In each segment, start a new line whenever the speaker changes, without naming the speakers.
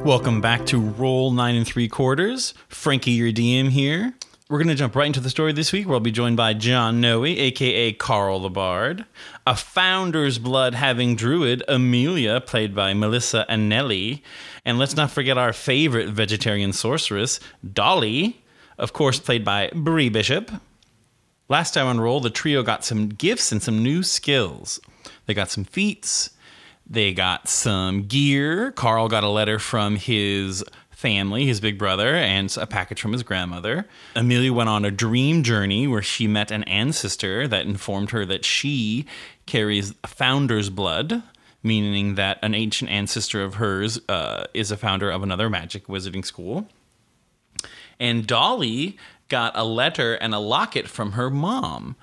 Welcome back to Roll Nine and Three Quarters. Frankie, your DM here. We're going to jump right into the story this week where I'll be joined by John Noe, aka Carl the Bard, a founder's blood having druid, Amelia, played by Melissa Anelli, and let's not forget our favorite vegetarian sorceress, Dolly, of course, played by Bree Bishop. Last time on Roll, the trio got some gifts and some new skills. They got some feats, they got some gear. Carl got a letter from his family, his big brother, and a package from his grandmother. Amelia went on a dream journey where she met an ancestor that informed her that she carries founder's blood, meaning that an ancient ancestor of hers uh, is a founder of another magic wizarding school. And Dolly got a letter and a locket from her mom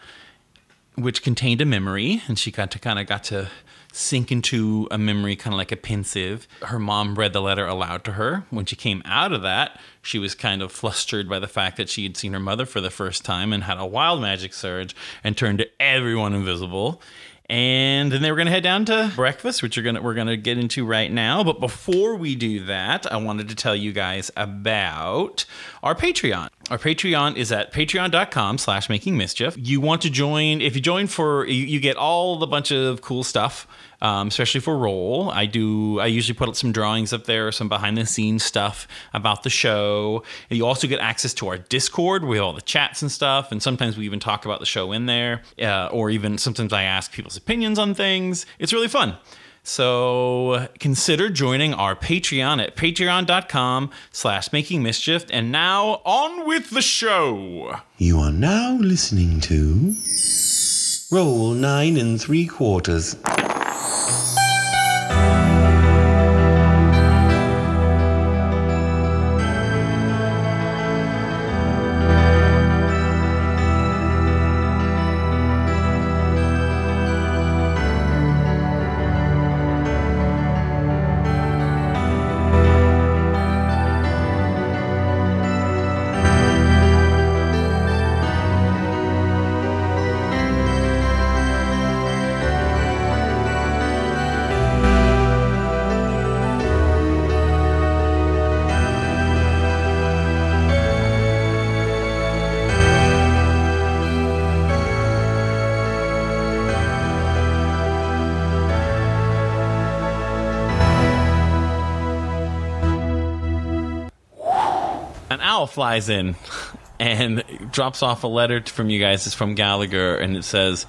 which contained a memory, and she got to kind of got to sink into a memory, kind of like a pensive. Her mom read the letter aloud to her. When she came out of that, she was kind of flustered by the fact that she had seen her mother for the first time and had a wild magic surge and turned everyone invisible. And then they were gonna head down to breakfast, which you're gonna we're gonna get into right now. But before we do that, I wanted to tell you guys about our Patreon. Our Patreon is at patreon.com slash making mischief. You want to join if you join for you, you get all the bunch of cool stuff. Um, especially for roll, I do. I usually put some drawings up there, some behind the scenes stuff about the show. And you also get access to our Discord with all the chats and stuff, and sometimes we even talk about the show in there, uh, or even sometimes I ask people's opinions on things. It's really fun. So consider joining our Patreon at patreon.com slash making mischief. And now on with the show.
You are now listening to Roll Nine and Three Quarters.
an owl flies in and drops off a letter t- from you guys. It's from Gallagher, and it says,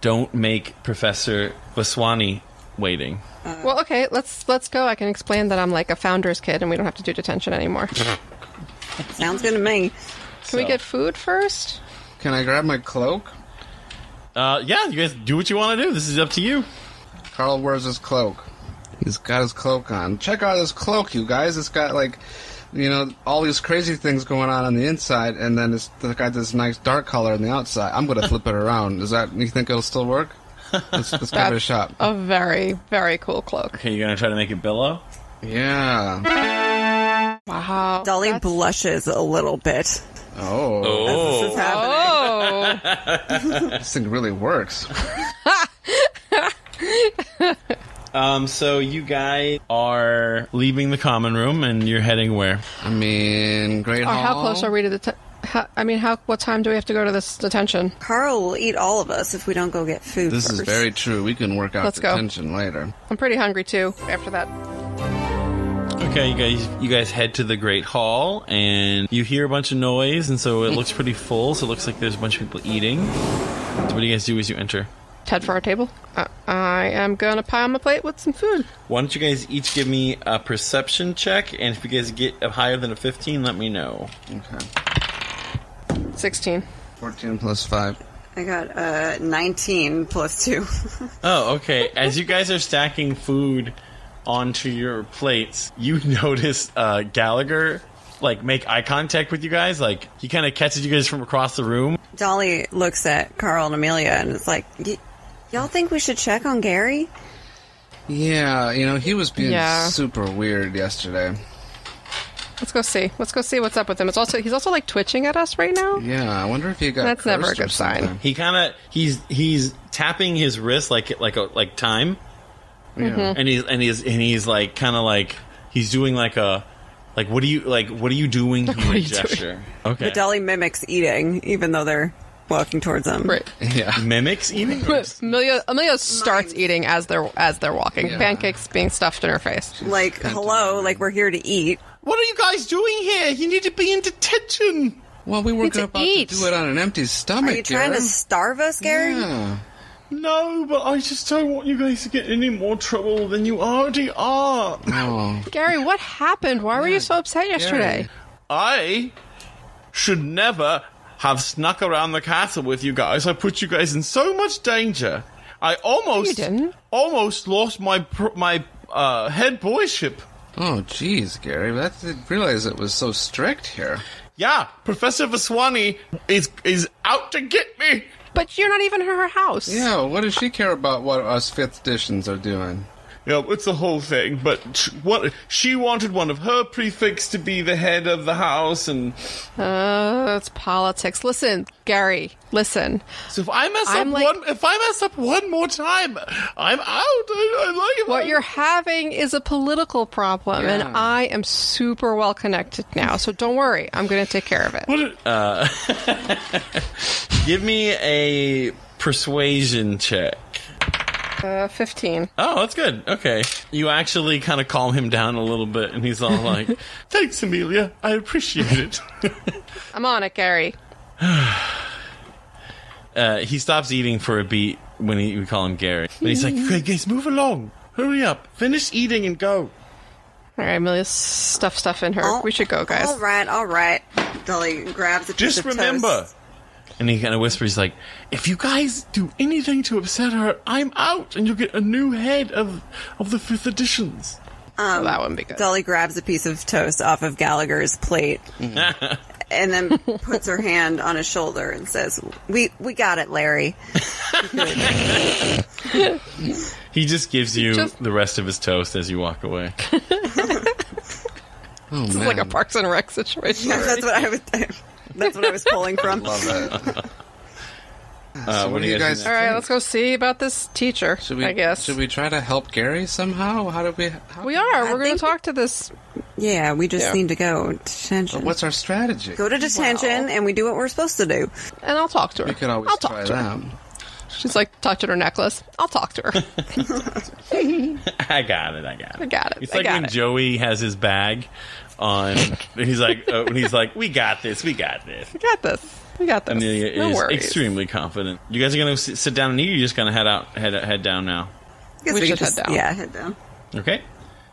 "Don't make Professor Vaswani waiting."
Well, okay, let's let's go. I can explain that I'm like a founder's kid, and we don't have to do detention anymore. Can
Sounds good to me.
we get food first?
Can I grab my cloak?
Uh, yeah, you guys do what you want to do. This is up to you.
Carl wears his cloak. He's got his cloak on. Check out this cloak, you guys. It's got like, you know, all these crazy things going on on the inside, and then it's, it's got this nice dark color on the outside. I'm gonna flip it around. Is that you think it'll still work? Let's, let's give it a shot.
A very very cool cloak.
Okay, you're gonna try to make it billow.
Yeah.
Wow,
Dolly
that's-
blushes a little bit.
Oh,
This is happening.
Oh,
this thing really works.
Um, so you guys are leaving the common room, and you're heading where?
I mean, great
Or
hall.
how close are we to the? T- how, I mean, how what time do we have to go to this detention?
Carl will eat all of us if we don't go get food.
This is
first.
very true. We can work out
Let's
the
go.
tension later.
I'm pretty hungry too. After that,
Okay, you guys, you guys head to the great hall, and you hear a bunch of noise, and so it looks pretty full. So it looks like there's a bunch of people eating. So what do you guys do as you enter?
Ted for our table. I, I am gonna pile my plate with some food.
Why don't you guys each give me a perception check, and if you guys get up higher than a 15, let me know.
Okay.
Sixteen.
14 plus 5.
I got uh, 19 plus 2.
Oh, okay. As you guys are stacking food onto your plates, you notice uh, Gallagher like make eye contact with you guys. Like he kind of catches you guys from across the room.
Dolly looks at Carl and Amelia and it's like, y- y'all think we should check on Gary?
Yeah, you know, he was being
Yeah.
super weird yesterday.
Let's go see. Let's go see what's up with him. It's also he's also like twitching at us right now.
Yeah, I wonder if he got.
That's never a
cursed or
good sign.
something.
He kind of he's he's tapping his wrist like like a, like time,
Yeah.
Mm-hmm.
and he's and he's and he's like kind of like. He's doing like a like what are you like what are you doing here
are you
gesture. Okay.
The deli mimics eating, even though they're walking towards them.
Right.
Yeah.
Mimics eating?
But Amelia, Amelia starts eating as they're as they're walking.
Yeah.
Pancakes being stuffed in her face.
Like, hello, like we're here to eat.
What are you guys doing here? You need to be in detention.
Well, we weren't
to
about
eat.
to do it on an empty
Are
stomach.
you trying to
Garen.
starve us, Gary?
Yeah.
No, but I just don't want you guys to get any more trouble than you already are.
Oh.
Gary, what happened? Why were you so upset yesterday?
I should never have snuck around the castle with you guys. I put you guys in so much danger. I almost
didn't.
almost lost my pr- my uh, head boyship.
Oh, jeez, Gary. I didn't realize it was so strict here.
Yeah, Professor Vaswani is is out to get me.
But you're not even in her house.
Yeah, what does she care about what us fifth editions are doing?
Yeah, it's the whole thing. But sh- what she wanted one of her prefix to be the head of the house, and
Uh, that's politics. Listen, Gary, listen.
so if I mess
I'm
up
like-
one, if I mess up one more time, I'm out. I, I like
What you're having is a political problem, and I am super well connected now. So don't worry, I'm going to take care of it.
Uh, give me a persuasion check.
Uh, 15.
Oh, that's good. Okay. You actually kind of calm him down a little bit, and he's all like, Thanks, Amelia. I appreciate it.
I'm on it, Gary.
uh, he stops eating for a beat when he, we call him Gary. But he's like, "Okay, guys, move along. Hurry up. Finish eating and go.
All right, Amelia's stuff stuff in her.
Oh,
we should go, guys.
All right, all right. Deli grabs a piece
Just
of toast.
remember. And he kind of whispers, like, if you guys do anything to upset her, I'm out, and you'll get a new head of, of the fifth editions.
Oh, that wouldn't be good.
Dolly grabs a piece of toast off of Gallagher's plate
Mm-hmm.
and then puts her hand on his shoulder and says, "We we got it, Larry."
He just gives you
Just-
the rest of his toast as you walk away.
Oh,
This is like a Parks and Rec situation.
that's what I was. That's what I was pulling from.
Love it.
Uh,
so
what
what
do
do
you
you
guys
guys?
do
All right, let's go see about this teacher.
Should we,
I guess
Should we try to help Gary somehow? How do we? How,
We are.
I
We're going to
think-
talk to this.
Yeah, we just
Yeah.
need to go to detention.
What's our strategy?
go to detention and we do what we're supposed to do.
And I'll talk to her.
we could always
I'll talk
try
to her.
that.
She's like touched at her necklace. I'll talk to her.
I got it. I got it.
I got it.
It's
I
like
got
when
it.
Joey has his bag on. and he's like, uh, when he's like, we got this. We got this.
we got this. We got this.
Amelia
no
is
worries.
extremely confident. You guys are gonna sit, sit down and eat. Or you're just gonna head out, head head down now.
I guess
We
could
should head down.
Yeah, head down.
Okay.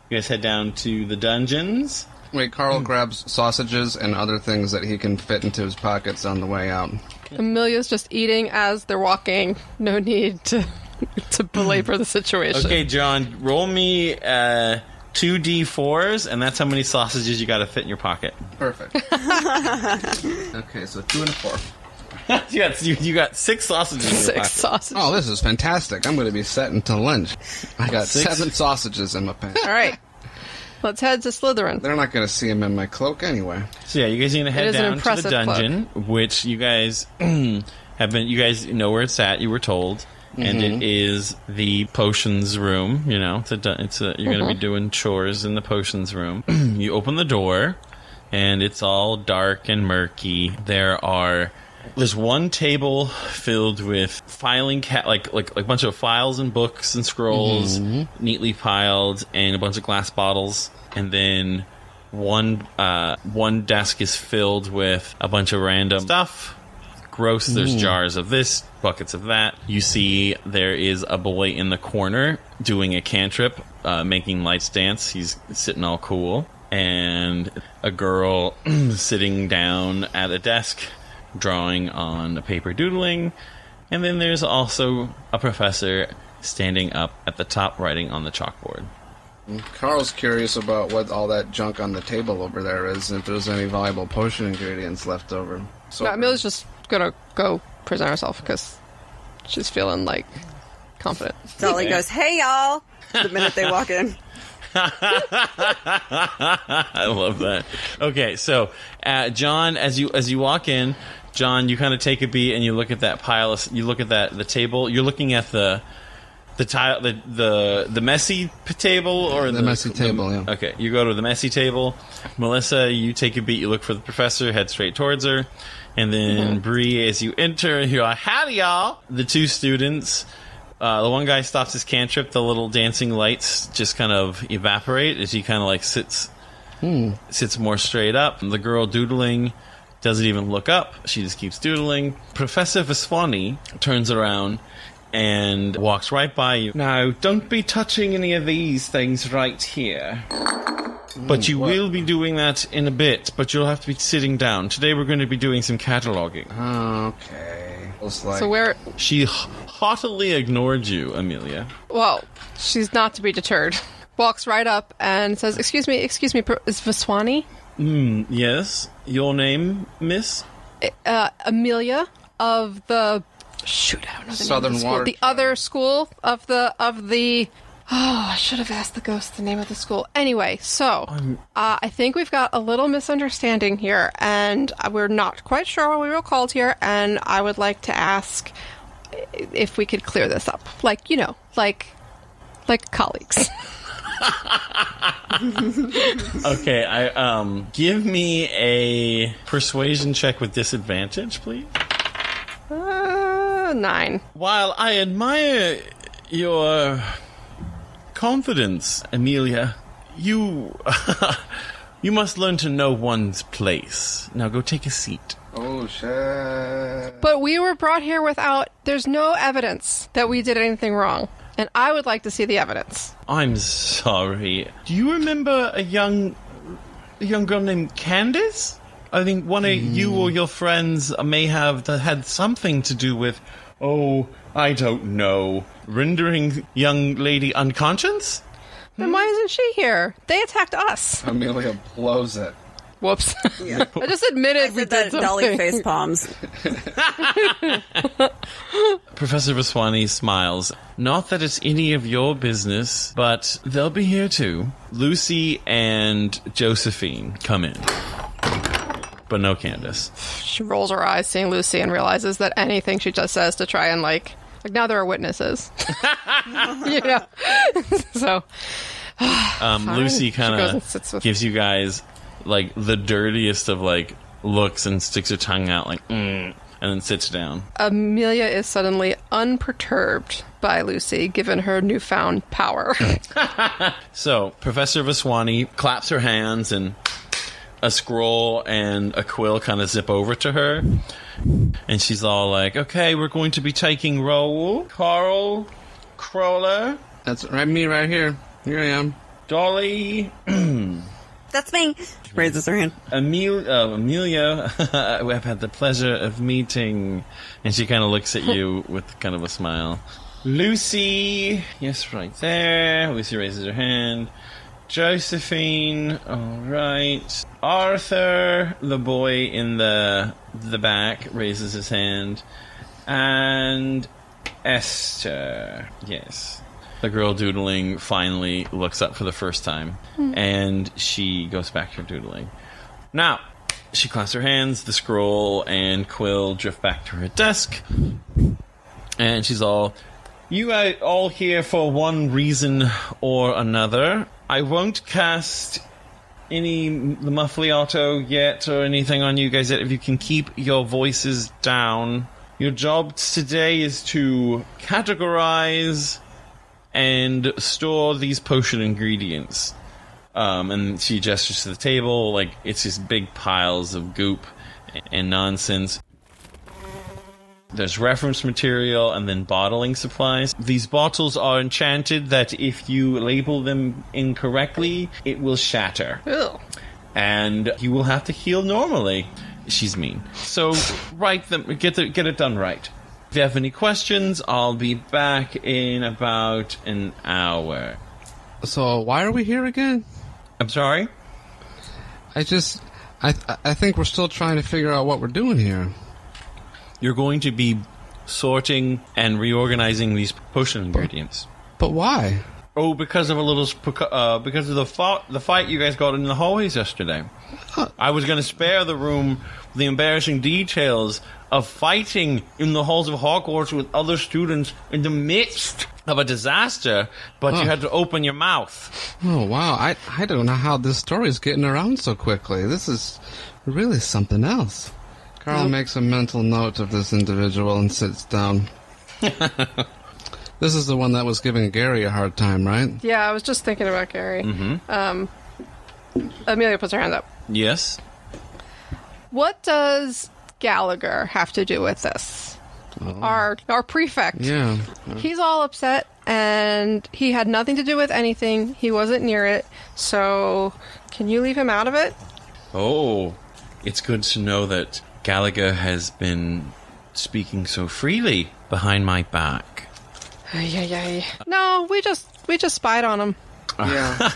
You guys head down to the dungeons.
Wait, Carl grabs sausages and other things that he can fit into his pockets on the way out.
Amelia's just eating as they're walking. No need to to belabor the situation.
Okay, John, roll me uh, two d4s, and that's how many sausages you got to fit in your pocket.
Perfect. okay, so two and a four.
you got you, you got six sausages. In your
Six
pocket.
sausage.
Oh, this is fantastic! I'm going to be set until lunch. I got
Six.
seven sausages in my pants.
All right. Let's head to Slytherin.
They're not going to see him in my cloak anyway.
So yeah, you guys are gonna head
is an
down to the
impressive cloak.
dungeon, which you guys have been. You guys know where it's at. You were told, and it is the potions room. You know, it's a. dun- It's a. You're gonna
Mm-hmm.
be doing chores in the potions room. you open the door, and it's all dark and murky. There are. There's one table filled with filing cat like like like a bunch of files and books and scrolls neatly piled and a bunch of glass bottles and then one uh, one desk is filled with a bunch of random stuff. Gross. There's jars of this, buckets of that. You see, there is a boy in the corner doing a cantrip, uh, making lights dance. He's sitting all cool, and a girl sitting down at a desk, drawing on a paper, doodling. And then there's also a professor standing up at the top, writing on the chalkboard.
Carl's curious about what all that junk on the table over there is, and if there's any valuable potion ingredients left over. So
No, Amelia's just gonna go present herself because she's feeling like confident.
Dolly goes, "Hey y'all!" The minute they walk in,
I love that. Okay, so uh, John, as you as you walk in, John, you kind of take a beat and you look at that pile. Of, you look at that the table. You're looking at the The tile, the the the messy p- table, or the,
messy table, yeah.
Okay, you go to the messy table. Melissa, you take a beat. You look for the professor. Head straight towards her, and
Mm-hmm.
then Bree, as you enter, you are howdy y'all. The two students. Uh, the one guy stops his cantrip. The little dancing lights just kind of evaporate as he kind of like sits sits more straight up. The girl doodling doesn't even look up. She just keeps doodling. Professor Viswani turns around and walks right by you. Now, don't be touching any of these things right here. Mm, But you will be doing that in a bit, but you'll have to be sitting down. Today we're going to be doing some cataloging.
Okay. Looks like
So where?
She h- haughtily ignored you, Amelia.
Well, she's not to be deterred. Walks right up and says, "Excuse me, excuse me, Pro- is Vaswani?
Yes, your name, miss?
Uh, Amelia of the shoot, I don't know the name of
Southern
the school.
Water
The other school of the of the." Oh, I should have asked the ghost the name of the school. Anyway, so uh, I think we've got a little misunderstanding here, and we're not quite sure why we were called here. And I would like to ask if we could clear this up, like you know, like like colleagues.
Okay, I um give me a persuasion check with disadvantage, please.
Uh, nine.
While I admire your confidence, Amelia, you you must learn to know one's place. Now go take a seat.
Oh shit.
But we were brought here without. There's no evidence that we did anything wrong, and I would like to see the evidence.
I'm sorry. Do you remember a young a young girl named Candace? I think one of you or your friends may have that had something to do with oh, I don't know, rendering young lady unconscious?
Then why
Hmm?
isn't she here? They attacked us.
Amelia blows it.
Whoops. I just admitted we
Did
did
that dolly
something.
face palms.
Professor Vaswani smiles. Not that it's any of your business, but they'll be here too. Lucy and Josephine come in. But no Candace.
She rolls her eyes, seeing Lucy, and realizes that anything she just says to try and like, like now there are witnesses. you know, so
Um, Lucy
She goes
kind
and sits
of
with-
gives you guys like the dirtiest of like looks and sticks her tongue out like, mm, and then sits down.
Amelia is suddenly unperturbed by Lucy, given her newfound power.
So Professor Vaswani claps her hands and a scroll and a quill kind of zip over to her. And she's all like, okay, we're going to be taking Raoul, Carl, Crawler,
That's right me right here. Here I am.
Dolly,
That's me. She raises her hand.
Emil- uh, Amelia. I've had the pleasure of meeting. And she kind of looks at you with kind of a smile. Lucy. Yes, right there. Lucy raises her hand. Josephine. All right. Arthur, the boy in the the back, raises his hand. And Esther. Yes. The girl doodling finally looks up for the first time and she goes back to doodling. Now, she claps her hands, the scroll and quill drift back to her desk, and she's all, You are all here for one reason or another. I won't cast any m- the muffliato yet or anything on you guys yet. If you can keep your voices down, your job today is to categorize and store these potion ingredients. Um, and she gestures to the table, like it's just big piles of goop and nonsense. There's reference material and then bottling supplies. These bottles are enchanted that if you label them incorrectly, it will shatter
Ew.
and you will have to heal normally. She's mean. So write them, get the, get it done right. If you have any questions, I'll be back in about an hour.
So why are we here again?
I'm sorry.
I just I I think we're still trying to figure out what we're doing here.
You're going to be sorting and reorganizing these potion ingredients.
But why?
Oh, because of a little, sp- uh, because of the fought, the fight you guys got in the hallways yesterday. I was going to spare the room the embarrassing details of fighting in the halls of Hogwarts with other students in the midst of a disaster, but you had to open your mouth.
Oh wow, I I don't know how this story is getting around so quickly. This is really something else. Carl makes a mental note of this individual and sits down. this is the one that was giving Gary a hard time, right?
Yeah, I was just thinking about Gary.
Mm-hmm.
Um, Amelia puts her hand up.
Yes.
What does Gallagher have to do with this?
Oh.
Our our prefect.
Yeah.
He's all upset and he had nothing to do with anything. He wasn't near it. So can you leave him out of it?
Oh, it's good to know that Gallagher has been speaking so freely behind my back.
No, we just we just spied on him.
Yeah.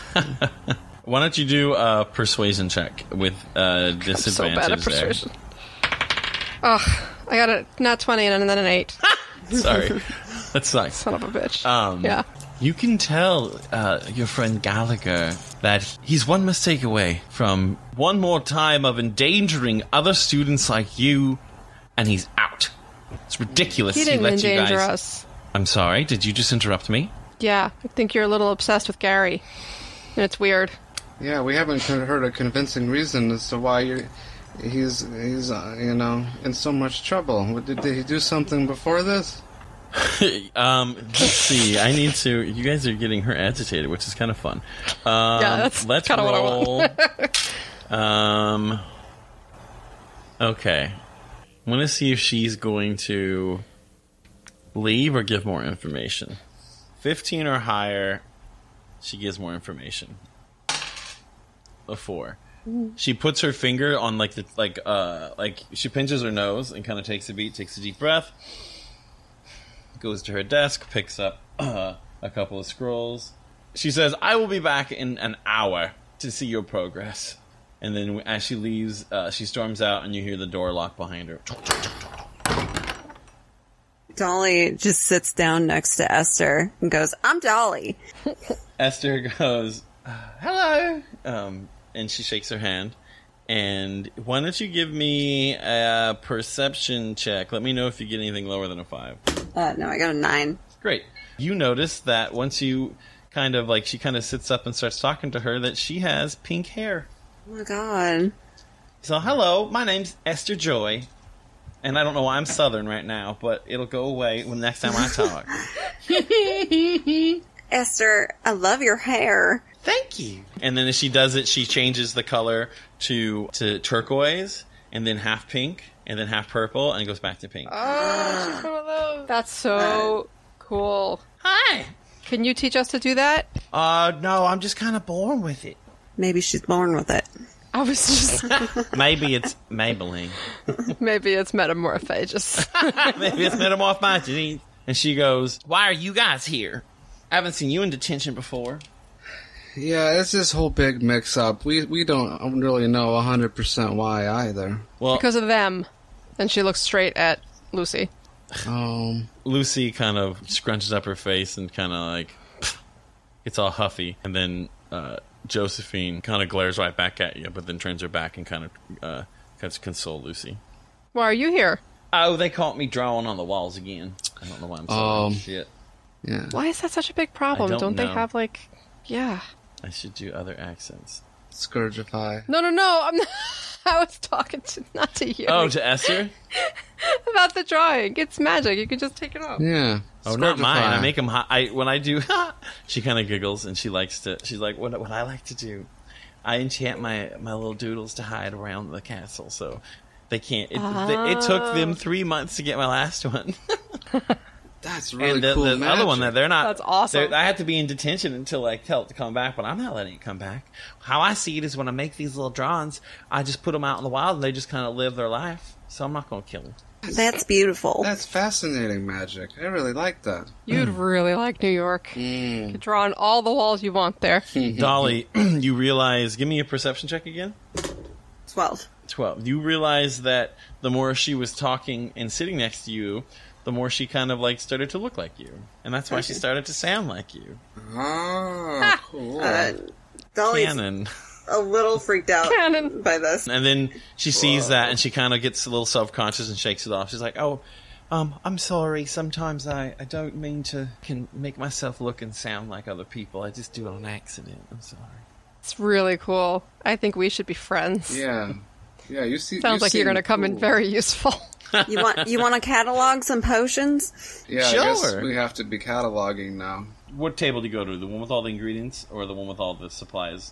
Why don't you do a persuasion check with uh, disadvantage?
So bad
there.
at persuasion. Ugh, I got a not twenty and then an eight.
Sorry, that sucks.
Son of a bitch.
Um,
yeah.
You can tell uh, your friend Gallagher that he's one mistake away from one more time of endangering other students like you, and he's out. It's ridiculous.
He didn't
let
endanger
you guys.
us.
I'm sorry. Did you just interrupt me?
Yeah, I think you're a little obsessed with Gary. And it's weird.
Yeah, we haven't con- heard a convincing reason as to why you're, he's he's uh, you know in so much trouble. What- Did, did he do something before this?
um, let's see. I need to. You guys are getting her agitated, which is kind of fun. Um,
Yeah, that's
let's
kinda what I want.
roll. um. Okay. I want to see if she's going to leave or give more information. Fifteen or higher, she gives more information. A four. She puts her finger on like the like uh like she pinches her nose and kind of takes a beat, takes a deep breath goes to her desk, picks up uh, a couple of scrolls. She says, "I will be back in an hour to see your progress." And then, as she leaves, uh, she storms out, and you hear the door lock behind her.
Dolly just sits down next to Esther and goes, I'm Dolly.
Esther goes, "Uh, "Hello," um, and she shakes her hand. And why don't you give me a perception check? Let me know if you get anything lower than a five.
Uh, no, I got a nine.
Great. You notice that once you kind of like she kind of sits up and starts talking to her that she has pink hair.
Oh my god.
So, hello, my name's Esther Joy, and I don't know why I'm Southern right now, but it'll go away when next time I talk.
Esther, I love your hair.
Thank you. And then as she does it, she changes the color to to turquoise, and then half pink, and then half purple, and it goes back to pink.
That's so cool.
Hi.
Can you teach us to do that?
Uh, no, I'm just kind of born with it.
Maybe she's born with it.
I was just
Maybe it's Maybelline.
maybe it's metamorphages.
Maybe it's metamorph my genes. And she goes, "Why are you guys here? I haven't seen you in detention before."
Yeah, it's this whole big mix-up. We we don't really know hundred percent why either.
Well,
because of them. And she looks straight at Lucy.
Um,
Lucy kind of scrunches up her face and kind of like it's all huffy, and then uh, Josephine kind of glares right back at you, but then turns her back and kind of uh, kind of console Lucy.
Why are you here?
Oh, they caught me drawing on the walls again. I don't know why I'm so
Um,
shit.
yeah.
Why is that such a big problem?
I don't
they
know.
have like yeah.
I should do other accents.
Scourgeify.
No no no, I'm not I was talking to not to you
Oh, to Esther?
about the drawing. It's magic. You can just take it off.
Yeah.
Oh, not mine. I
Scourgify.
make them hot. I, when I do, she kind of giggles and she likes to. She's like, what, what I like to do, I enchant my my little doodles to hide around the castle, so they can't. It, they- it took
Oh.
them three months to get my last one,
That's really
and the,
cool.
the other one that
magic.
they're not.
That's awesome.
they're- I have to be in detention until I tell it to come back, but I'm not letting it come back. How I see it is when I make these little drawings, I just put them out in the wild and they just kind of live their life. So I'm not gonna kill them.
That's beautiful.
That's fascinating magic. I really like that.
You'd really like New York.
Mm.
Hmm.
You could draw on all the walls you want there.
Dolly, you realize? Give me a perception check again.
12.
12. You realize that the more she was talking and sitting next to you, the more she kind of like started to look like you. And that's why she started to sound like you.
Oh, cool.
Uh, Dolly's
Canon.
a little freaked out
Cannon.
by this.
And then she sees that and she kind of gets a little self conscious and shakes it off. She's like, oh, um, I'm sorry. Sometimes I, I don't mean to can make myself look and sound like other people. I just do it on accident. I'm sorry.
It's really cool. I think we should be friends.
Yeah. Yeah, you see.
Sounds
you
like you're
seem
going to come in
cool.
very useful.
You want you want to catalog some potions?
Yeah, I guess
Sure.
we have to be cataloging now.
What table do you go to? The one with all the ingredients or the one with all the supplies?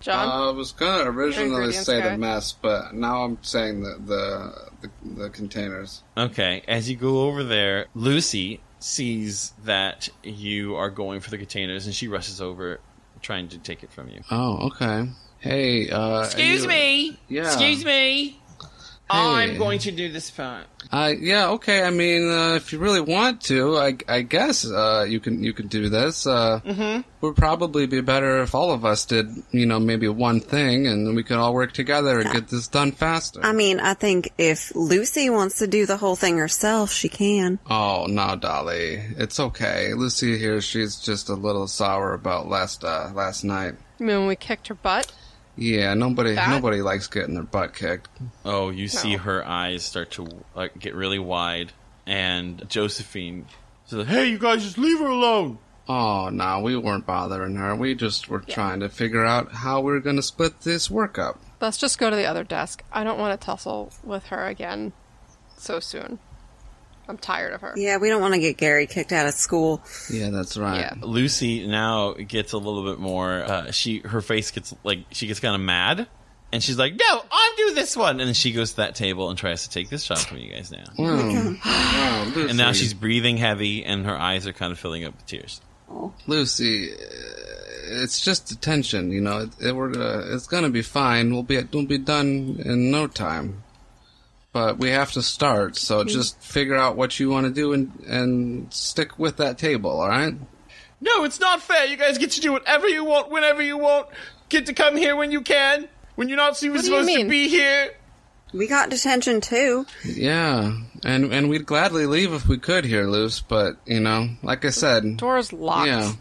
John,
Uh, I was gonna originally
Ingredients
say
guy.
the mess, but now I'm saying the the the, the containers.
Okay, as you go over there, Lucy sees that you are going for the containers and she rushes over trying to take it from you.
Oh, okay. Hey, uh
Excuse me.
Yeah.
Excuse me.
Hey.
I'm going to do this part.
Uh, yeah, okay. I mean, uh, if you really want to, I, I guess uh, you can you can do this. Uh,
Mm-hmm.
Would probably be better if all of us did, you know, maybe one thing, and we could all work together and get this done faster.
I mean, I think if Lucy wants to do the whole thing herself, she can.
oh no, Dolly, it's okay. Lucy here, she's just a little sour about last uh, last night.
I mean, when we kicked her butt,
Yeah, nobody
That-
nobody likes getting their butt kicked.
Oh, you see her eyes start to like get really wide, and Josephine says, "Hey, you guys, just leave her alone."
Oh no, we weren't bothering her. We just were trying to figure out how we are gonna split this work up.
let's just go to the other desk. I don't want to tussle with her again so soon. I'm tired of her.
Yeah, we don't want to get Gary kicked out of school.
Yeah, that's right.
Yeah.
Lucy now gets a little bit more. Uh, she her face gets like she gets kind of mad, and she's like, "No, I'm doing this one." And then she goes to that table and tries to take this job from you guys now.
Wow. Wow, Lucy.
And now she's breathing heavy, and her eyes are kind of filling up with tears.
Lucy. uh, It's just attention, you know. It, it, we're, uh, it's gonna be fine. We'll be we'll be done in no time. But we have to start. So just figure out what you want to do and and stick with that table. All right.
No, it's not fair. You guys get to do whatever you want, whenever you want. Get to come here when you can, when you're not even
do you supposed to mean? be
here.
We got detention too.
Yeah. And and we'd gladly leave if we could here, Luce. But you know, like I said,
Door's locked.
yeah.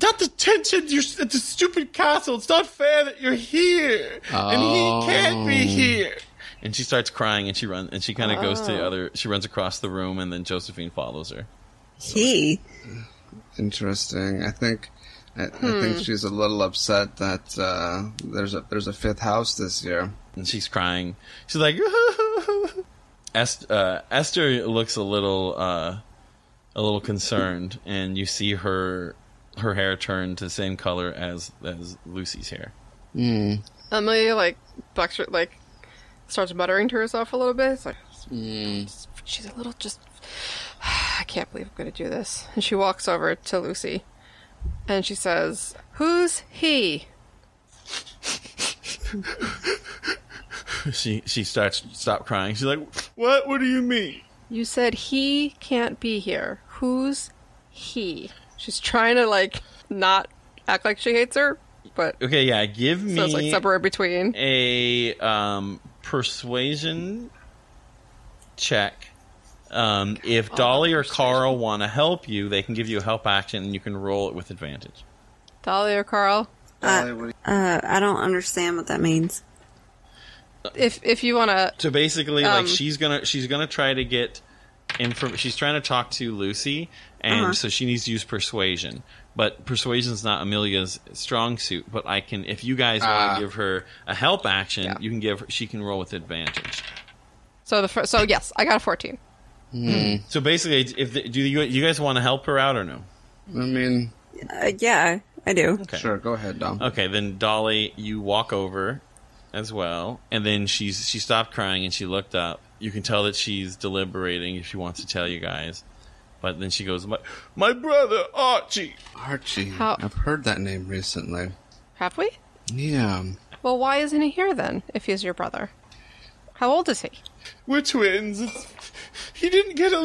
Not the tension. You're at the stupid castle. It's not fair that you're here, and he can't
Oh.
be here. And she starts crying, and she runs, and she kind of goes to the other. She runs across the room, and then Josephine follows her.
He.
Interesting. I think. I, I think she's a little upset that uh, there's a there's a fifth house this year.
and she's crying. She's like, Est- uh, Esther looks a little, uh, a little concerned, and you see her, her hair turn to the same color as as Lucy's hair.
Emily, like, bucks her, like, starts muttering to herself a little bit. It's like,
Mm.
she's a little just, I can't believe I'm going to do this. And she walks over to Lucy and she says, Who's he?
She she starts stop crying. She's like, What? What do you mean?
You said he can't be here. Who's he? She's trying to, like, not act like she hates her, but
Okay, yeah, give me
so it's like somewhere between.
a um, persuasion check. Um,
Oh,
if Dolly or Carl want to help you, they can give you a help action, and you can roll it with advantage.
Dolly or Carl?
Dolly, what do you-
Uh, I don't understand what that means.
If, if you want to,
So basically,
Um,
like she's gonna she's gonna try to get info. She's trying to talk to Lucy, and
Uh-huh.
so she needs to use persuasion. But persuasion's not Amelia's strong suit. But I can, if you guys want
Ah.
to give her a help action, you can give. her She can roll with advantage.
so the fir- so yes, I got a 14.
So basically, if the, do you you guys want to help her out or no?
I mean,
Uh, yeah, I do.
Okay.
Sure, go ahead, Dom.
Okay, then Dolly, you walk over as well, and then she's she stopped crying and she looked up. You can tell that she's deliberating if she wants to tell you guys. But then she goes, "My, my brother Archie."
Archie.
How-
I've heard that name recently.
Have we?
Yeah.
Well, why isn't he here then, if he's your brother? How old is he?
We're twins. It's- He didn't get a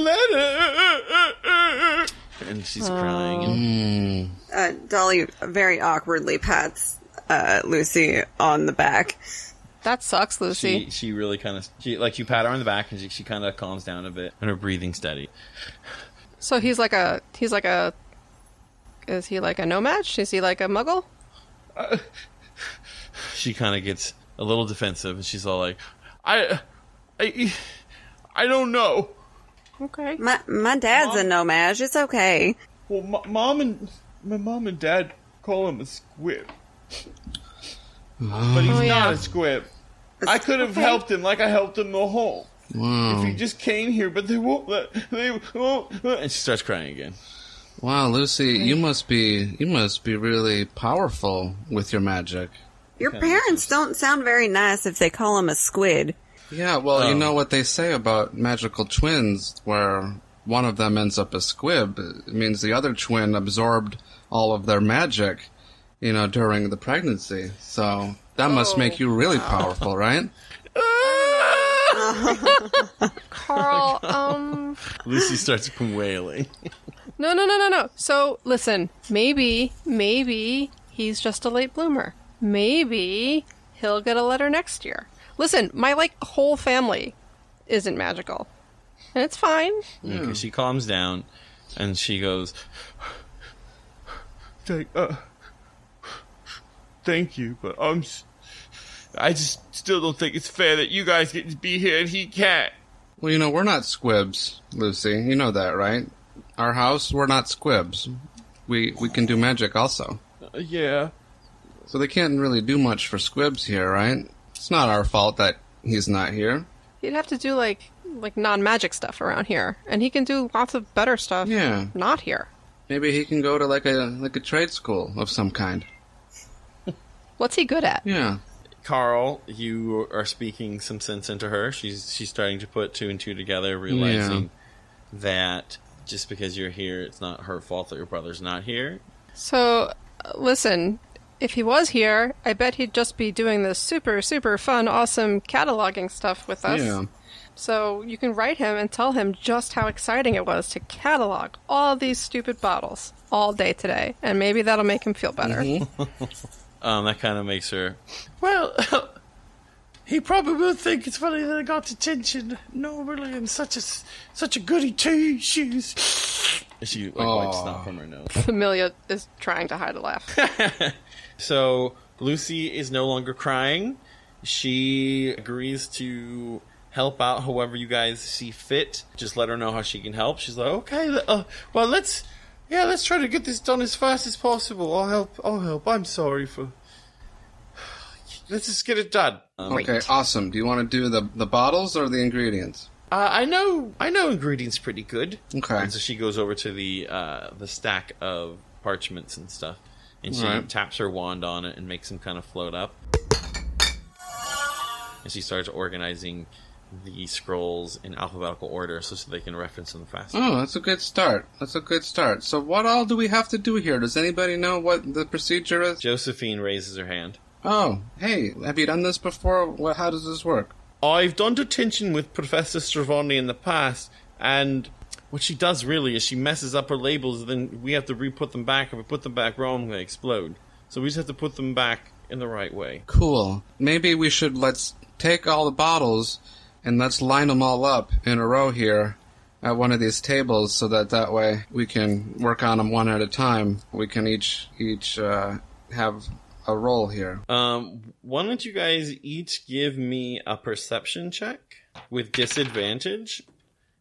letter. And she's crying. And
Uh, Dolly very awkwardly pats uh, Lucy on the back.
That sucks, Lucy.
she, she really kind of she like you pat her on the back and she, she kind of calms down a bit and her breathing steady.
So he's like a he's like a is he like a nomad? Is he like a muggle?
she kind of gets a little defensive and she's all like, I, I, I don't know.
Okay.
My my dad's a nomad. It's okay.
Well, my mom and my mom and dad call him a squib, but he's
Oh, yeah.
not a squib. I could have helped him like I helped him the whole.
Wow.
He just came here, but they won't let. They won't. let- And she starts crying again.
Wow, Lucy, you must be you must be really powerful with your magic.
Your parents don't sound very nice if they call him a squid.
Yeah, well,
Oh.
you know what they say about magical twins where one of them ends up a squib. It means the other twin absorbed all of their magic, you know, during the pregnancy. So that must make you really powerful, right?
Carl,
Oh
um
Lucy starts wailing.
No no no no no. So listen, maybe maybe he's just a late bloomer. Maybe he'll get a letter next year. Listen, my like whole family isn't magical. And it's fine.
Okay, she calms down, and she goes,
Thank, uh, thank you, but I'm. s- I just still don't think it's fair that you guys get to be here and he can't.
Well, you know, we're not squibs, Lucy. You know that, right? Our house, we're not squibs. We we can do magic also.
Uh, yeah.
So they can't really do much for squibs here, right? It's not our fault that he's not here.
He'd have to do like like non-magic stuff around here, and he can do lots of better stuff
Yeah.
not here.
Maybe he can go to like a like a trade school of some kind.
What's he good at?
Yeah.
Carl, you are speaking some sense into her. She's she's starting to put two and two together, realizing that just because you're here, it's not her fault that your brother's not here.
So, uh, listen, if he was here, I bet he'd just be doing this super super fun awesome cataloging stuff with us.
Yeah.
So, you can write him and tell him just how exciting it was to catalog all these stupid bottles all day today, and maybe that'll make him feel better.
Um, that kind of makes her. Well, he probably will think it's funny that I got attention. No, really, I'm such a such a goody two shoes. She like, wipes
Aw.
snot from her nose.
Familia is trying to hide a laugh.
So Lucy is no longer crying. She agrees to help out however you guys see fit. Just let her know how she can help. She's like, okay, le- uh, well, let's, yeah, let's try to get this done as fast as possible. I'll help. I'll help. I'm sorry for. Let's just get it done. Um,
Okay, awesome. Do you want to do the the bottles or the ingredients?
uh, I know. I know ingredients pretty good.
Okay.
And so she goes over to the uh, the stack of parchments and stuff, and she
Right.
taps her wand on it and makes them kind of float up. And she starts organizing the scrolls in alphabetical order so, so they can reference them faster.
Oh, that's a good start. That's a good start. So what all do we have to do here? Does anybody know what the procedure is?
Josephine raises her hand.
Oh, hey, have you done this before? What, how does this work?
I've done detention with Professor Stravoni in the past, and what she does really is she messes up her labels, then we have to re put them back. If we put them back wrong, they explode. So we just have to put them back in the right way.
Cool. Maybe we should let's take all the bottles and let's line them all up in a row here at one of these tables so that that way we can work on them one at a time. We can each each uh, have a role here.
Um, why don't you guys each give me a perception check with disadvantage,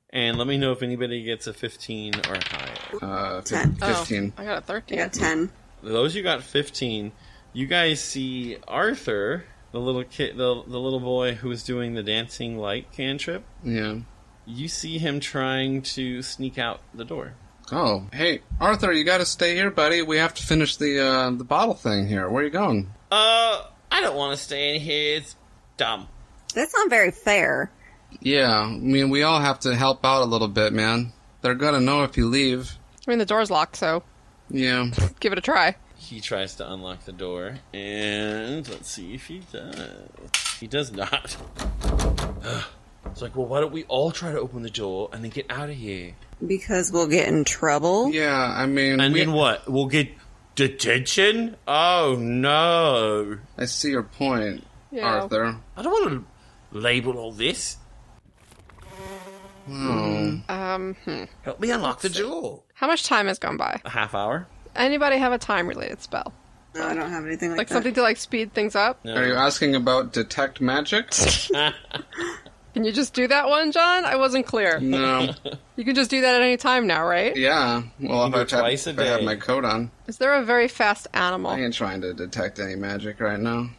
and let me know if anybody gets a fifteen or higher.
Uh, fif-
Ten.
Oh,
15.
I got a
I
13.
got ten.
Those who got fifteen, you guys see Arthur, the little kid, the the little boy who was doing the dancing light cantrip.
Yeah.
You see him trying to sneak out the door.
Oh, hey, Arthur, you gotta stay here, buddy. We have to finish the uh, the bottle thing here. Where are you going?
Uh, I don't want to stay in here. It's dumb.
That's not very fair.
Yeah, I mean, we all have to help out a little bit, man. They're gonna know if you leave.
I mean, the door's locked, so
Yeah.
give it a try.
He tries to unlock the door, and let's see if he does. He does not. it's like, well, why don't we all try to open the door and then get out of here?
Because we'll get in trouble.
Yeah, I mean.
And
we-
then what? We'll get detention? Oh no!
I see your point,
Yeah.
Arthur.
I don't want to label all this.
Um, hmm.
Help me unlock the door.
How much time has gone by?
A half hour.
Anybody have a time related spell?
No, I don't have anything like,
Like
that.
something to like speed things up.
Are you asking about detect magic?
Can you just do that one, John? I wasn't clear.
no.
You can just do that at any time now, right?
Yeah. Well, if
do
I,
it twice a
if I have
day.
my coat on,
Is there a very fast animal?
I ain't trying to detect any magic right now.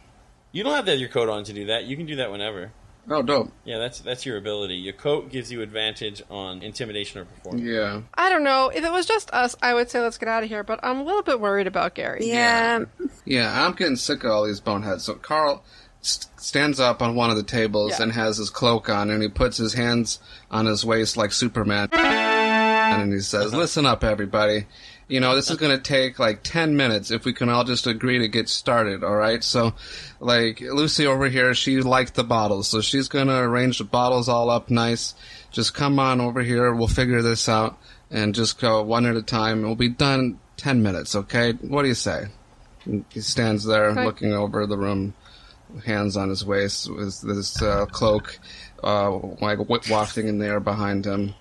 You don't have to have your coat on to do that. You can do that whenever.
Oh, dope.
Yeah, that's that's your ability. Your coat gives you advantage on intimidation or performance.
Yeah.
I don't know. If it was just us, I would say let's get out of here, but I'm a little bit worried about Gary.
yeah.
Yeah, I'm getting sick of all these boneheads. So Carl st- stands up on one of the tables
Yeah.
and has his cloak on, and he puts his hands on his waist like Superman, and he says,
Uh-huh.
"Listen up, everybody. You know this is going to take like ten minutes if we can all just agree to get started. All right? So, like Lucy over here, she liked the bottles, so she's going to arrange the bottles all up nice. Just come on over here. We'll figure this out." And just go one at a time, and we'll be done in 10 minutes, okay? What do you say? He stands there
Okay.
looking over the room, hands on his waist, with this uh, cloak uh, like wi- wafting in the air behind him.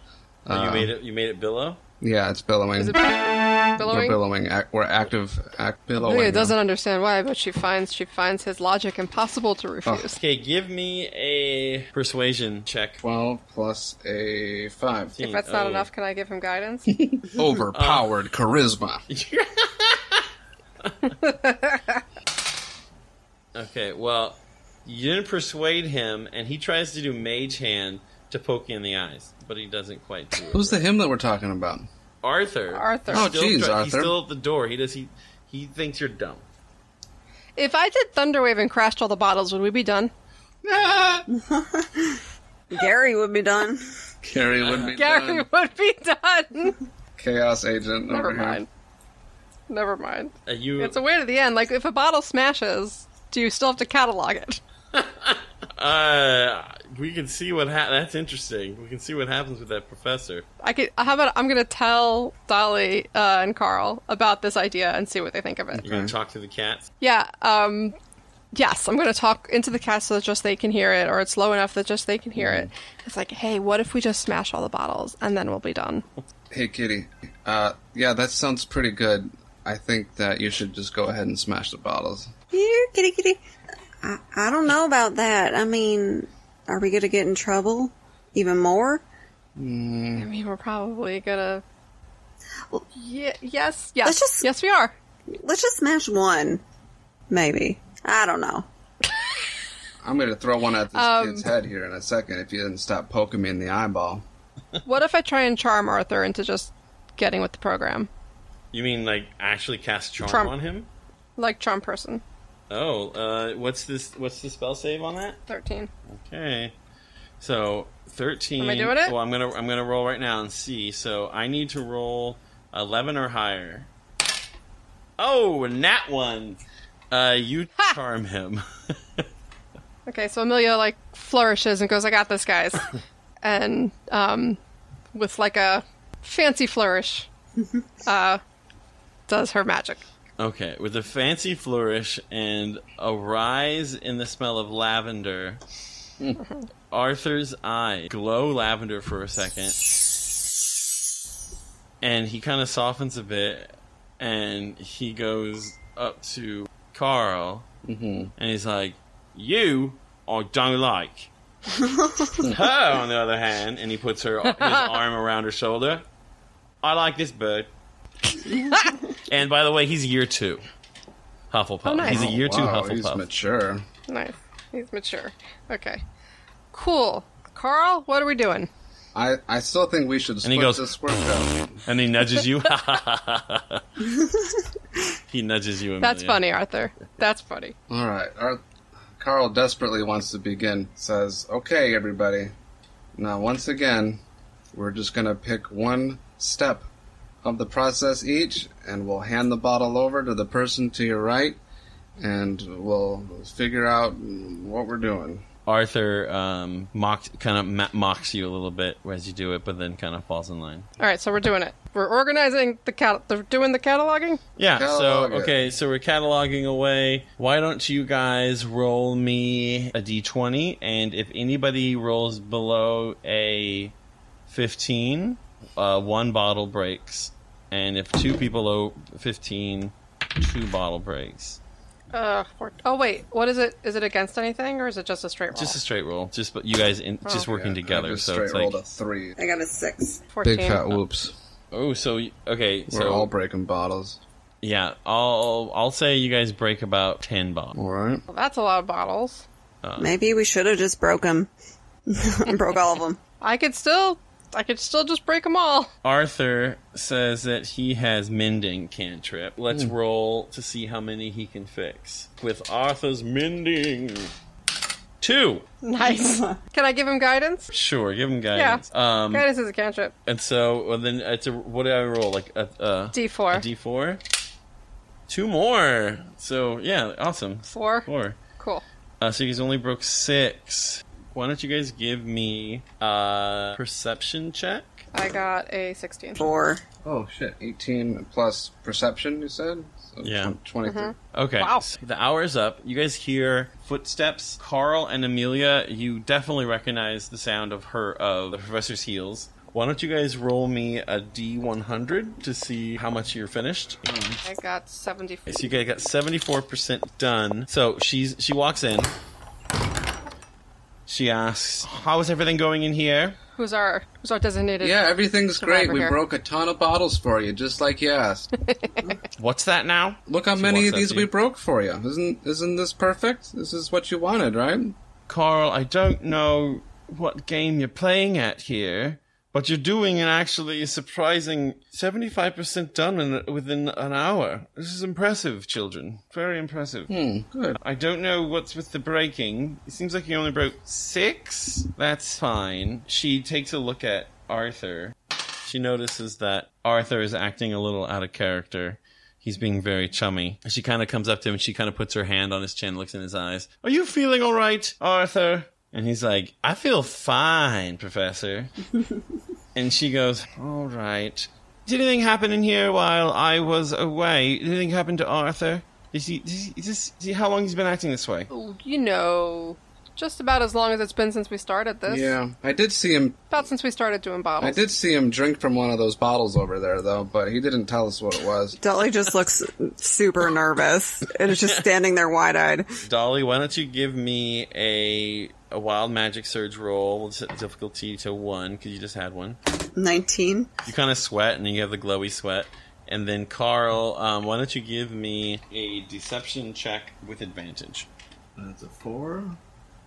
Oh, you made it. You made it billow.
Yeah, it's billowing.
Is it
We're
billowing?
billowing. Ac- We're active. Ac- billowing.
Leah doesn't understand why, but she finds she finds his logic impossible to refuse.
Okay, give me a persuasion check.
12 plus a 5.
If that's not
Oh.
enough, can I give him guidance?
Uh.
Overpowered charisma.
Okay, well, you didn't persuade him, and he tries to do mage hand to poke you in the eyes, but he doesn't quite do it.
Who's the him that we're talking about?
Arthur?
Arthur.
Oh,
Still
jeez,
try- He's
Arthur.
still at the door. He does. He he thinks you're dumb.
If I did Thunderwave and crashed all the bottles, would we be done?
Gary would be done.
Gary would be
Gary
done.
would be done.
Chaos agent
Never
over here.
mind. Never mind.
Uh, you
It's a way to the end. Like if a bottle smashes, do you still have to catalog it?
uh, we can see what ha- that's interesting. We can see what happens with that professor.
I could. How about I'm gonna tell Dolly uh, and Carl about this idea and see what they think of it.
You're gonna talk to the cats.
Yeah. Um, yes, I'm going to talk into the cast so that just they can hear it, or it's low enough that just they can hear it.
Mm-hmm.
It's like, hey, what if we just smash all the bottles and then we'll be done?
Hey, Kitty. Uh, yeah, that sounds pretty good. I think that you should just go ahead and smash the bottles.
Here, kitty, kitty. I, I don't know about that. I mean, are we going to get in trouble even more? Mm.
I mean, we're probably gonna. Yeah, yes, yes,
Let's just-
yes, we are.
Let's just smash one, maybe. I don't know.
I'm going to throw one at this
Um,
kid's head here in a second if you didn't stop poking me in the eyeball.
What if I try and charm Arthur into just getting with the program,
You mean like actually cast charm,
Charm.
on him?
like charm person
Oh, uh, what's this? What's the spell save on that?
thirteen?
Okay, so thirteen.
Am I doing it?
Well, I'm gonna I'm gonna roll right now and see. So I need to roll eleven or higher. Oh, and that one. Uh, you charm him.
Okay, so Amelia like flourishes and goes, "I got this, guys," and um, with like a fancy flourish,
Mm-hmm.
uh, does her magic.
Okay, with a fancy flourish and a rise in the smell of lavender, Arthur's eyes glow lavender for a second, and he kind of softens a bit, and he goes up to Carl, and he's like, "You, I don't like." her, on the other hand, and he puts her his arm around her shoulder. I like this bird. And by the way, he's year two. Hufflepuff.
Oh, nice.
He's a year two
wow, He's
Hufflepuff.
mature.
Nice. He's mature. Okay. Cool. Carl, what are we doing?
I, I still think we should split
he goes-
this workout.
and he nudges you. he nudges you.
That's
Amelia.
funny, Arthur. That's funny.
All right. Our, Carl desperately wants to begin. Says, "Okay, everybody. Now, once again, we're just gonna pick one step of the process each, and we'll hand the bottle over to the person to your right, and we'll figure out what we're doing."
Arthur um, mocked, kind of ma- mocks you a little bit as you do it, but then kind of falls in line.
All right, so we're doing it. We're organizing the cat. They're doing the cataloging.
Yeah.
Catalog
so
it.
okay, so we're cataloging away. Why don't you guys roll me a d20, and if anybody rolls below a 15, uh, one bottle breaks, and if two people below 15, two bottle breaks.
Uh, four- oh wait, what is it? Is it against anything or is it just a straight roll?
Just a straight roll. Just but you guys in, just working
I
together.
just
So
straight
it's like
rolled a three.
I got a six.
Fourteen.
Big fat whoops.
oh, so y- okay,
We're
so
all breaking bottles.
yeah, I'll I'll say you guys break about ten bottles.
All right.
Well, that's a lot of bottles.
Maybe we should have just broke them. broke all of them.
I could still, I could still just break them all.
Arthur says that he has mending cantrip. Let's
Hmm.
roll to see how many he can fix with Arthur's mending. Two.
Nice. Can I give him guidance?
Sure, give him guidance. Um,
Guidance is a cantrip.
And so well, then it's a what did I roll? Like a, a
D4.
A D four. Two more. So yeah, awesome.
Four.
Four.
Cool.
Uh, so you guys only broke six. Why don't you guys give me a perception check?
I got a sixteen.
Four.
Oh shit. Eighteen plus perception. You said. So
Yeah.
Twenty-three.
Okay.
Wow.
So the hour's up. You guys hear footsteps. Carl and Amelia, you definitely recognize the sound of her of the professor's heels. Why don't you guys roll me a D one hundred to see how much you're finished?
I got seventy-four.
So you guys got seventy four percent done. So she's she walks in. She asks, "How is everything going in here?"
Who's our who's our designated?
Yeah, everything's
Survivor
great. We
here.
broke a ton of bottles for you, just like you asked.
What's that now?
Look how
She
many
walks
of
up
these
to
we
you.
broke for you. Isn't isn't this perfect? This is what you wanted, right?
Carl, I don't know what game you're playing at here, but you're doing an actually surprising 75% done in, within an hour. This is impressive, children. Very impressive.
Good.
I don't know what's with the breaking. It seems like you only broke six. That's fine. She takes a look at Arthur. She notices that Arthur is acting a little out of character. He's being very chummy. She kind of comes up to him and she kind of puts her hand on his chin, looks in his eyes. Are you feeling all right, Arthur? And he's like, I feel fine, Professor. and she goes, All right. Did anything happen in here while I was away? Did anything happen to Arthur? Is he, is he, is this, is he- how long has he been acting this way?
Oh, You know, just about as long as it's been since we started this.
Yeah, I did see him.
About since we started doing bottles.
I did see him drink from one of those bottles over there, though. But he didn't tell us what it was.
Dolly just looks super nervous and is just standing there wide eyed.
Dolly, why don't you give me a, a wild magic surge roll? We'll set the difficulty to one because you just had one.
19.
You kind of sweat and you have the glowy sweat. And then, Carl, um, why don't you give me a deception check with advantage?
That's a four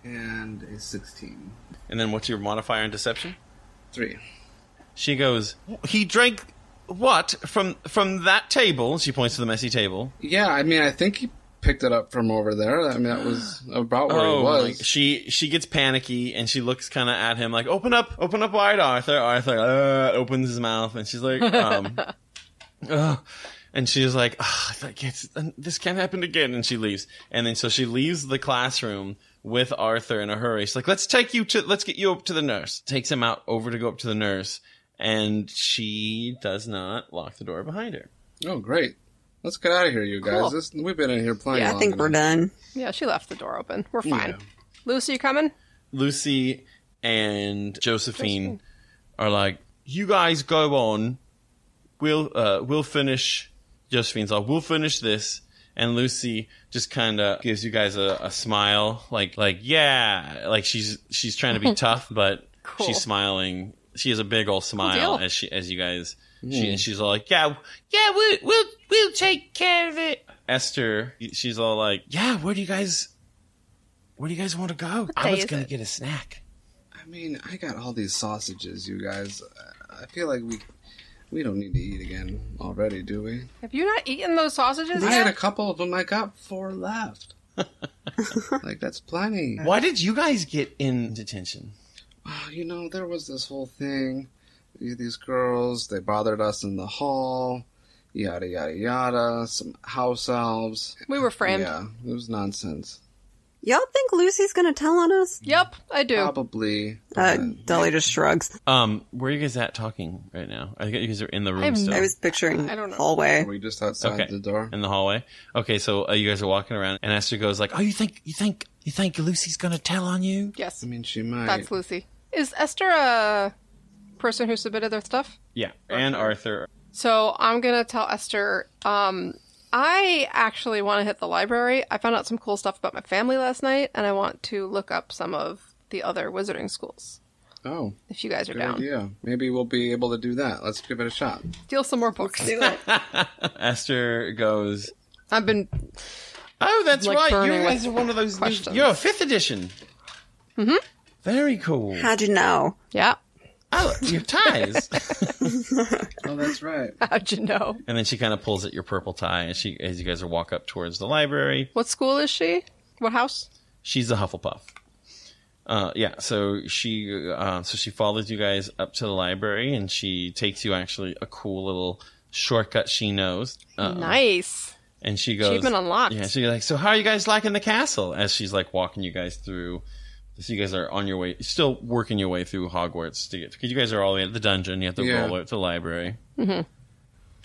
and a sixteen.
And then, what's your modifier in deception?
Three.
She goes, He drank what from from that table? She points to the messy table.
Yeah, I mean, I think he picked it up from over there. I mean, that was about where he
Oh, like,
was.
she she gets panicky and she looks kind of at him like, "Open up, open up wide, Arthur." Arthur uh, opens his mouth and she's like, um, "Ugh." and she's like, "Ugh, that gets- "This can't happen again." And she leaves. And then so she leaves the classroom with Arthur in a hurry. She's like, "Let's take you to, let's get you up to the nurse." Takes him out over to go up to the nurse, and she does not lock the door behind her.
oh, great. Let's get out of here, you guys.
Cool.
This, we've been in here playing.
Yeah, I
long
think we're
enough.
done.
Yeah, she left the door open. We're fine.
Yeah.
Lucy, you coming?
Lucy and Josephine are like, "You guys go on. We'll uh, we'll finish." Josephine's like, "We'll finish this." And Lucy just kind of gives you guys a, a smile, like like yeah, like she's she's trying to be tough, but
Cool.
she's smiling. She has a big old smile
deal.
as she as you guys. She, and she's all like, "Yeah, yeah, we'll we'll we'll take care of it." Esther, she's all like, "Yeah, where do you guys?" Where do you guys want to go? I
day
was
is
gonna
it?
get a snack.
I mean, I got all these sausages, you guys. I I feel like we we don't need to eat again already, do we?
Have you not eaten those sausages
I had a
yet?
couple of them. I got four left. like that's plenty.
Why did you guys get in detention?
Oh, you know, there was this whole thing. These girls, they bothered us in the hall. Yada yada yada. Some house elves.
We were framed.
Yeah, it was nonsense.
Y'all think Lucy's gonna tell on us?
Yep, I do.
Probably.
Uh,
but-
Dolly just shrugs.
Um, where are you guys at talking right now? I think you guys are in the room
I'm-
still,
I was picturing
I don't know.
hallway.
Were you just outside
Okay.
the door?
in the hallway. Okay, so uh, you guys are walking around, and Esther goes like, "Oh, you think you think you think Lucy's gonna tell on you?"
yes,
I mean, she might.
that's Lucy. Is Esther a person who submitted their stuff?
Yeah, and Arthur.
So I'm gonna tell Esther. Um, I actually want to hit the library. I found out some cool stuff about my family last night, and I want to look up some of the other wizarding schools
Oh,
if you guys are
good
down.
idea. Maybe we'll be able to do that. Let's give it a shot.
Steal some more books.
Do it.
Esther goes,
I've been
Oh, that's
Like
right. You
burning
guys are
with
one of those. New,
questions.
you're a fifth edition. Mm-hmm. Very cool.
How'd you know?
yeah.
Oh, your ties.
Oh, that's right.
How'd you know?
and then she kind of pulls at your purple tie as she as you guys walk up towards the library.
What school is she? What house?
She's a Hufflepuff. Uh, yeah, so she uh, so she follows you guys up to the library and she takes you actually a cool little shortcut she knows. Uh,
Nice.
And she goes,
Achievement unlocked.
Yeah, she's like, so how are you guys liking the castle? As she's like walking you guys through. So you guys are on your way, still working your way through Hogwarts to get because you guys are all the way at the dungeon. You have to
Yeah.
roll out to the library. How
Uh,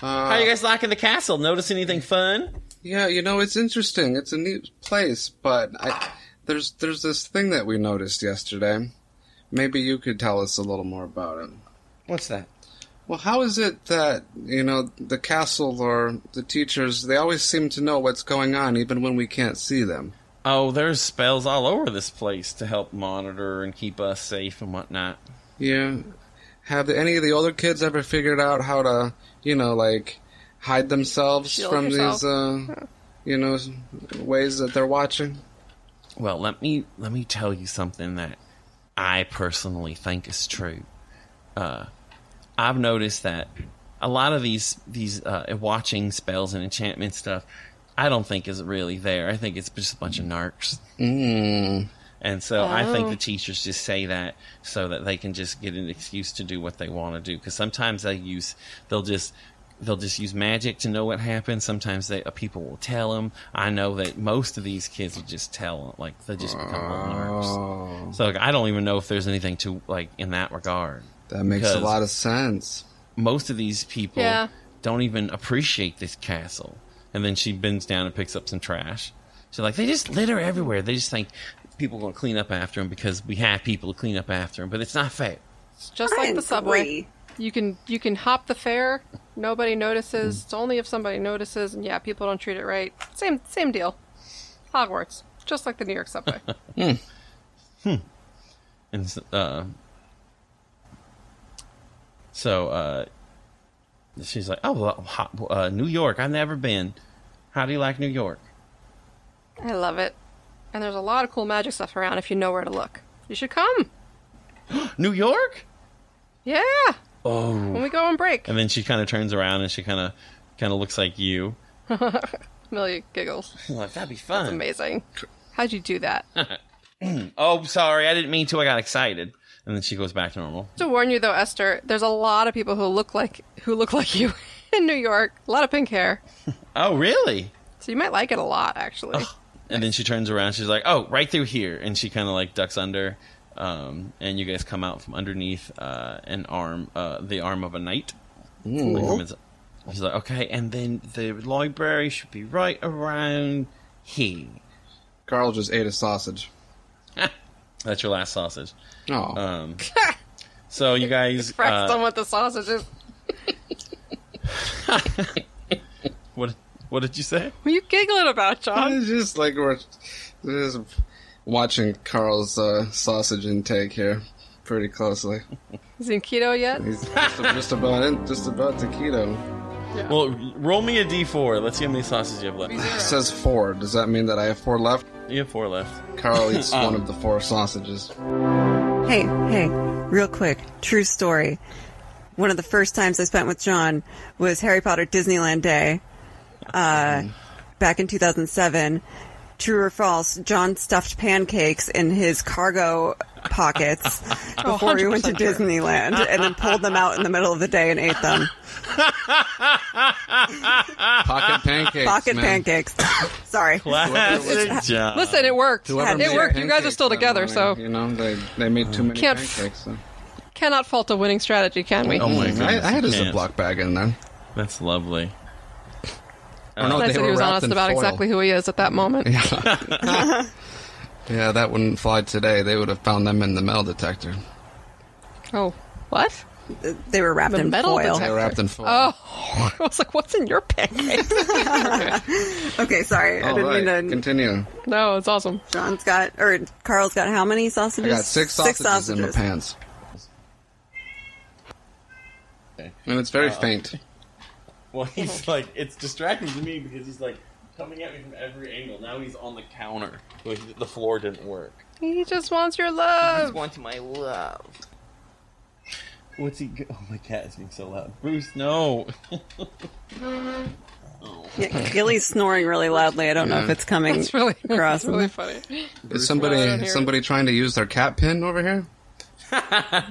are you guys liking the castle? Notice anything fun?
yeah, you know, it's interesting. It's a neat place, but I, there's there's this thing that we noticed yesterday. Maybe you could tell us a little more about it.
What's that?
Well, how is it that, you know, the castle or the teachers, they always seem to know what's going on even when we can't see them?
Oh, there's spells all over this place to help monitor and keep us safe and whatnot.
Yeah. Have any of the older kids ever figured out how to, you know, like hide themselves
Shield
from
yourself.
these, uh, you know, ways that they're watching?
Well, let me let me tell you something that I personally think is true. Uh, I've noticed that a lot of these these uh, watching spells and enchantment stuff, I don't think is really there. I think it's just a bunch of narcs.
Mm.
And so I think
Oh.
the teachers just say that so that they can just get an excuse to do what they want to do. Because sometimes they use, they'll just, they'll just use magic to know what happened. Sometimes they, uh, people will tell them. I know that most of these kids will just tell, like they just become
Hmm.
little
Oh,
nerds. So like, I don't even know if there's anything to like in that regard.
that makes a
Because-
lot of sense.
Most of these people
Yeah.
don't even appreciate this castle. And then she bends down and picks up some trash. She's like, they just litter everywhere. They just think people going to clean up after them because we have people to clean up after them, but it's not fair.
It's just like
I'm
the subway.
three.
You can you can hop the fare. Nobody notices.
Hmm.
It's only if somebody notices, and yeah, people don't treat it right. Same same deal. Hogwarts, just like the New York subway.
And s- uh, so uh, she's like, oh, well, ho- uh, New York. I've never been. How do you like New York?
I love it. And there's a lot of cool magic stuff around if you know where to look. You should come.
New York?
Yeah.
Oh.
When we go on break,
And then she kind of turns around and she kind of kind of looks like you.
Amelia giggles.
I'm like, that'd be fun.
Amazing. How'd you do that?
Oh, sorry, I didn't mean to. I got excited. And then she goes back to normal.
to warn you though, Esther, there's a lot of people who look like who look like you in New York. A lot of pink hair.
Oh, really?
So you might like it a lot, actually.
And then she turns around. She's like, "Oh, right through here." And she kind of like ducks under, um, and you guys come out from underneath uh, an arm, uh, the arm of a knight. Like from his- She's like, "Okay." And then the library should be right around here.
Carl just ate a sausage.
That's your last sausage.
Oh.
Um, so you guys,
Press
uh,
on what the sausage is.
what what did you say?
What are you giggling about, John?
It's just like we're we're just watching Carl's uh, sausage intake here pretty closely.
Is he in keto yet?
He's just, just about in, just about to keto.
Well, roll me a d4. Let's see how many sausages you have left.
It says four. Does that mean that I have four left?
You have four left.
Carl eats one of the four sausages.
Hey, hey, real quick, true story. One of the first times I spent with John was Harry Potter Disneyland Day uh, back in 2007. True or false, John stuffed pancakes in his cargo pockets
Oh,
before we went to
100% true.
Disneyland and then pulled them out in the middle of the day and ate them.
Pocket pancakes.
Pocket
man.
pancakes. Sorry.
Classic job.
Listen, it worked.
Whoever
it
made
worked. You guys are
pancakes
still
that
together,
morning,
so
you know they they made too many
Can't-
pancakes. So.
cannot fault a winning strategy, can we?
Oh my
Mm, I, I had a
goodness, you can't.
Ziploc bag in there.
That's lovely.
I don't know
nice
if they
that
were
he was
wrapped
honest
in
about
foil. Mm-hmm.
exactly who he is at that moment.
Yeah, that wouldn't fly today. They would have found them in the metal detector.
Oh, what?
they were wrapped
The
in
metal
foil.
They
detector.
were wrapped in foil.
Oh, I was like, what's in your pancake?
Okay, sorry, I
All
didn't
right,
mean to.
continue.
no, it's awesome.
John's got or Carl's got how many sausages?
I got six sausages, in my pants. And it's very faint.
Well, he's like, it's distracting to me because he's like coming at me from every angle. Now he's on the counter. Like, the floor didn't work.
He just wants your love.
wants my love. What's he? Go- oh, my cat is being so loud. Bruce, no.
Yeah, Gilly's snoring really loudly. I don't know if it's coming.
It's really,
Gross.
it's really funny.
Is
Why
somebody
here?
somebody trying to use their cat pin over here?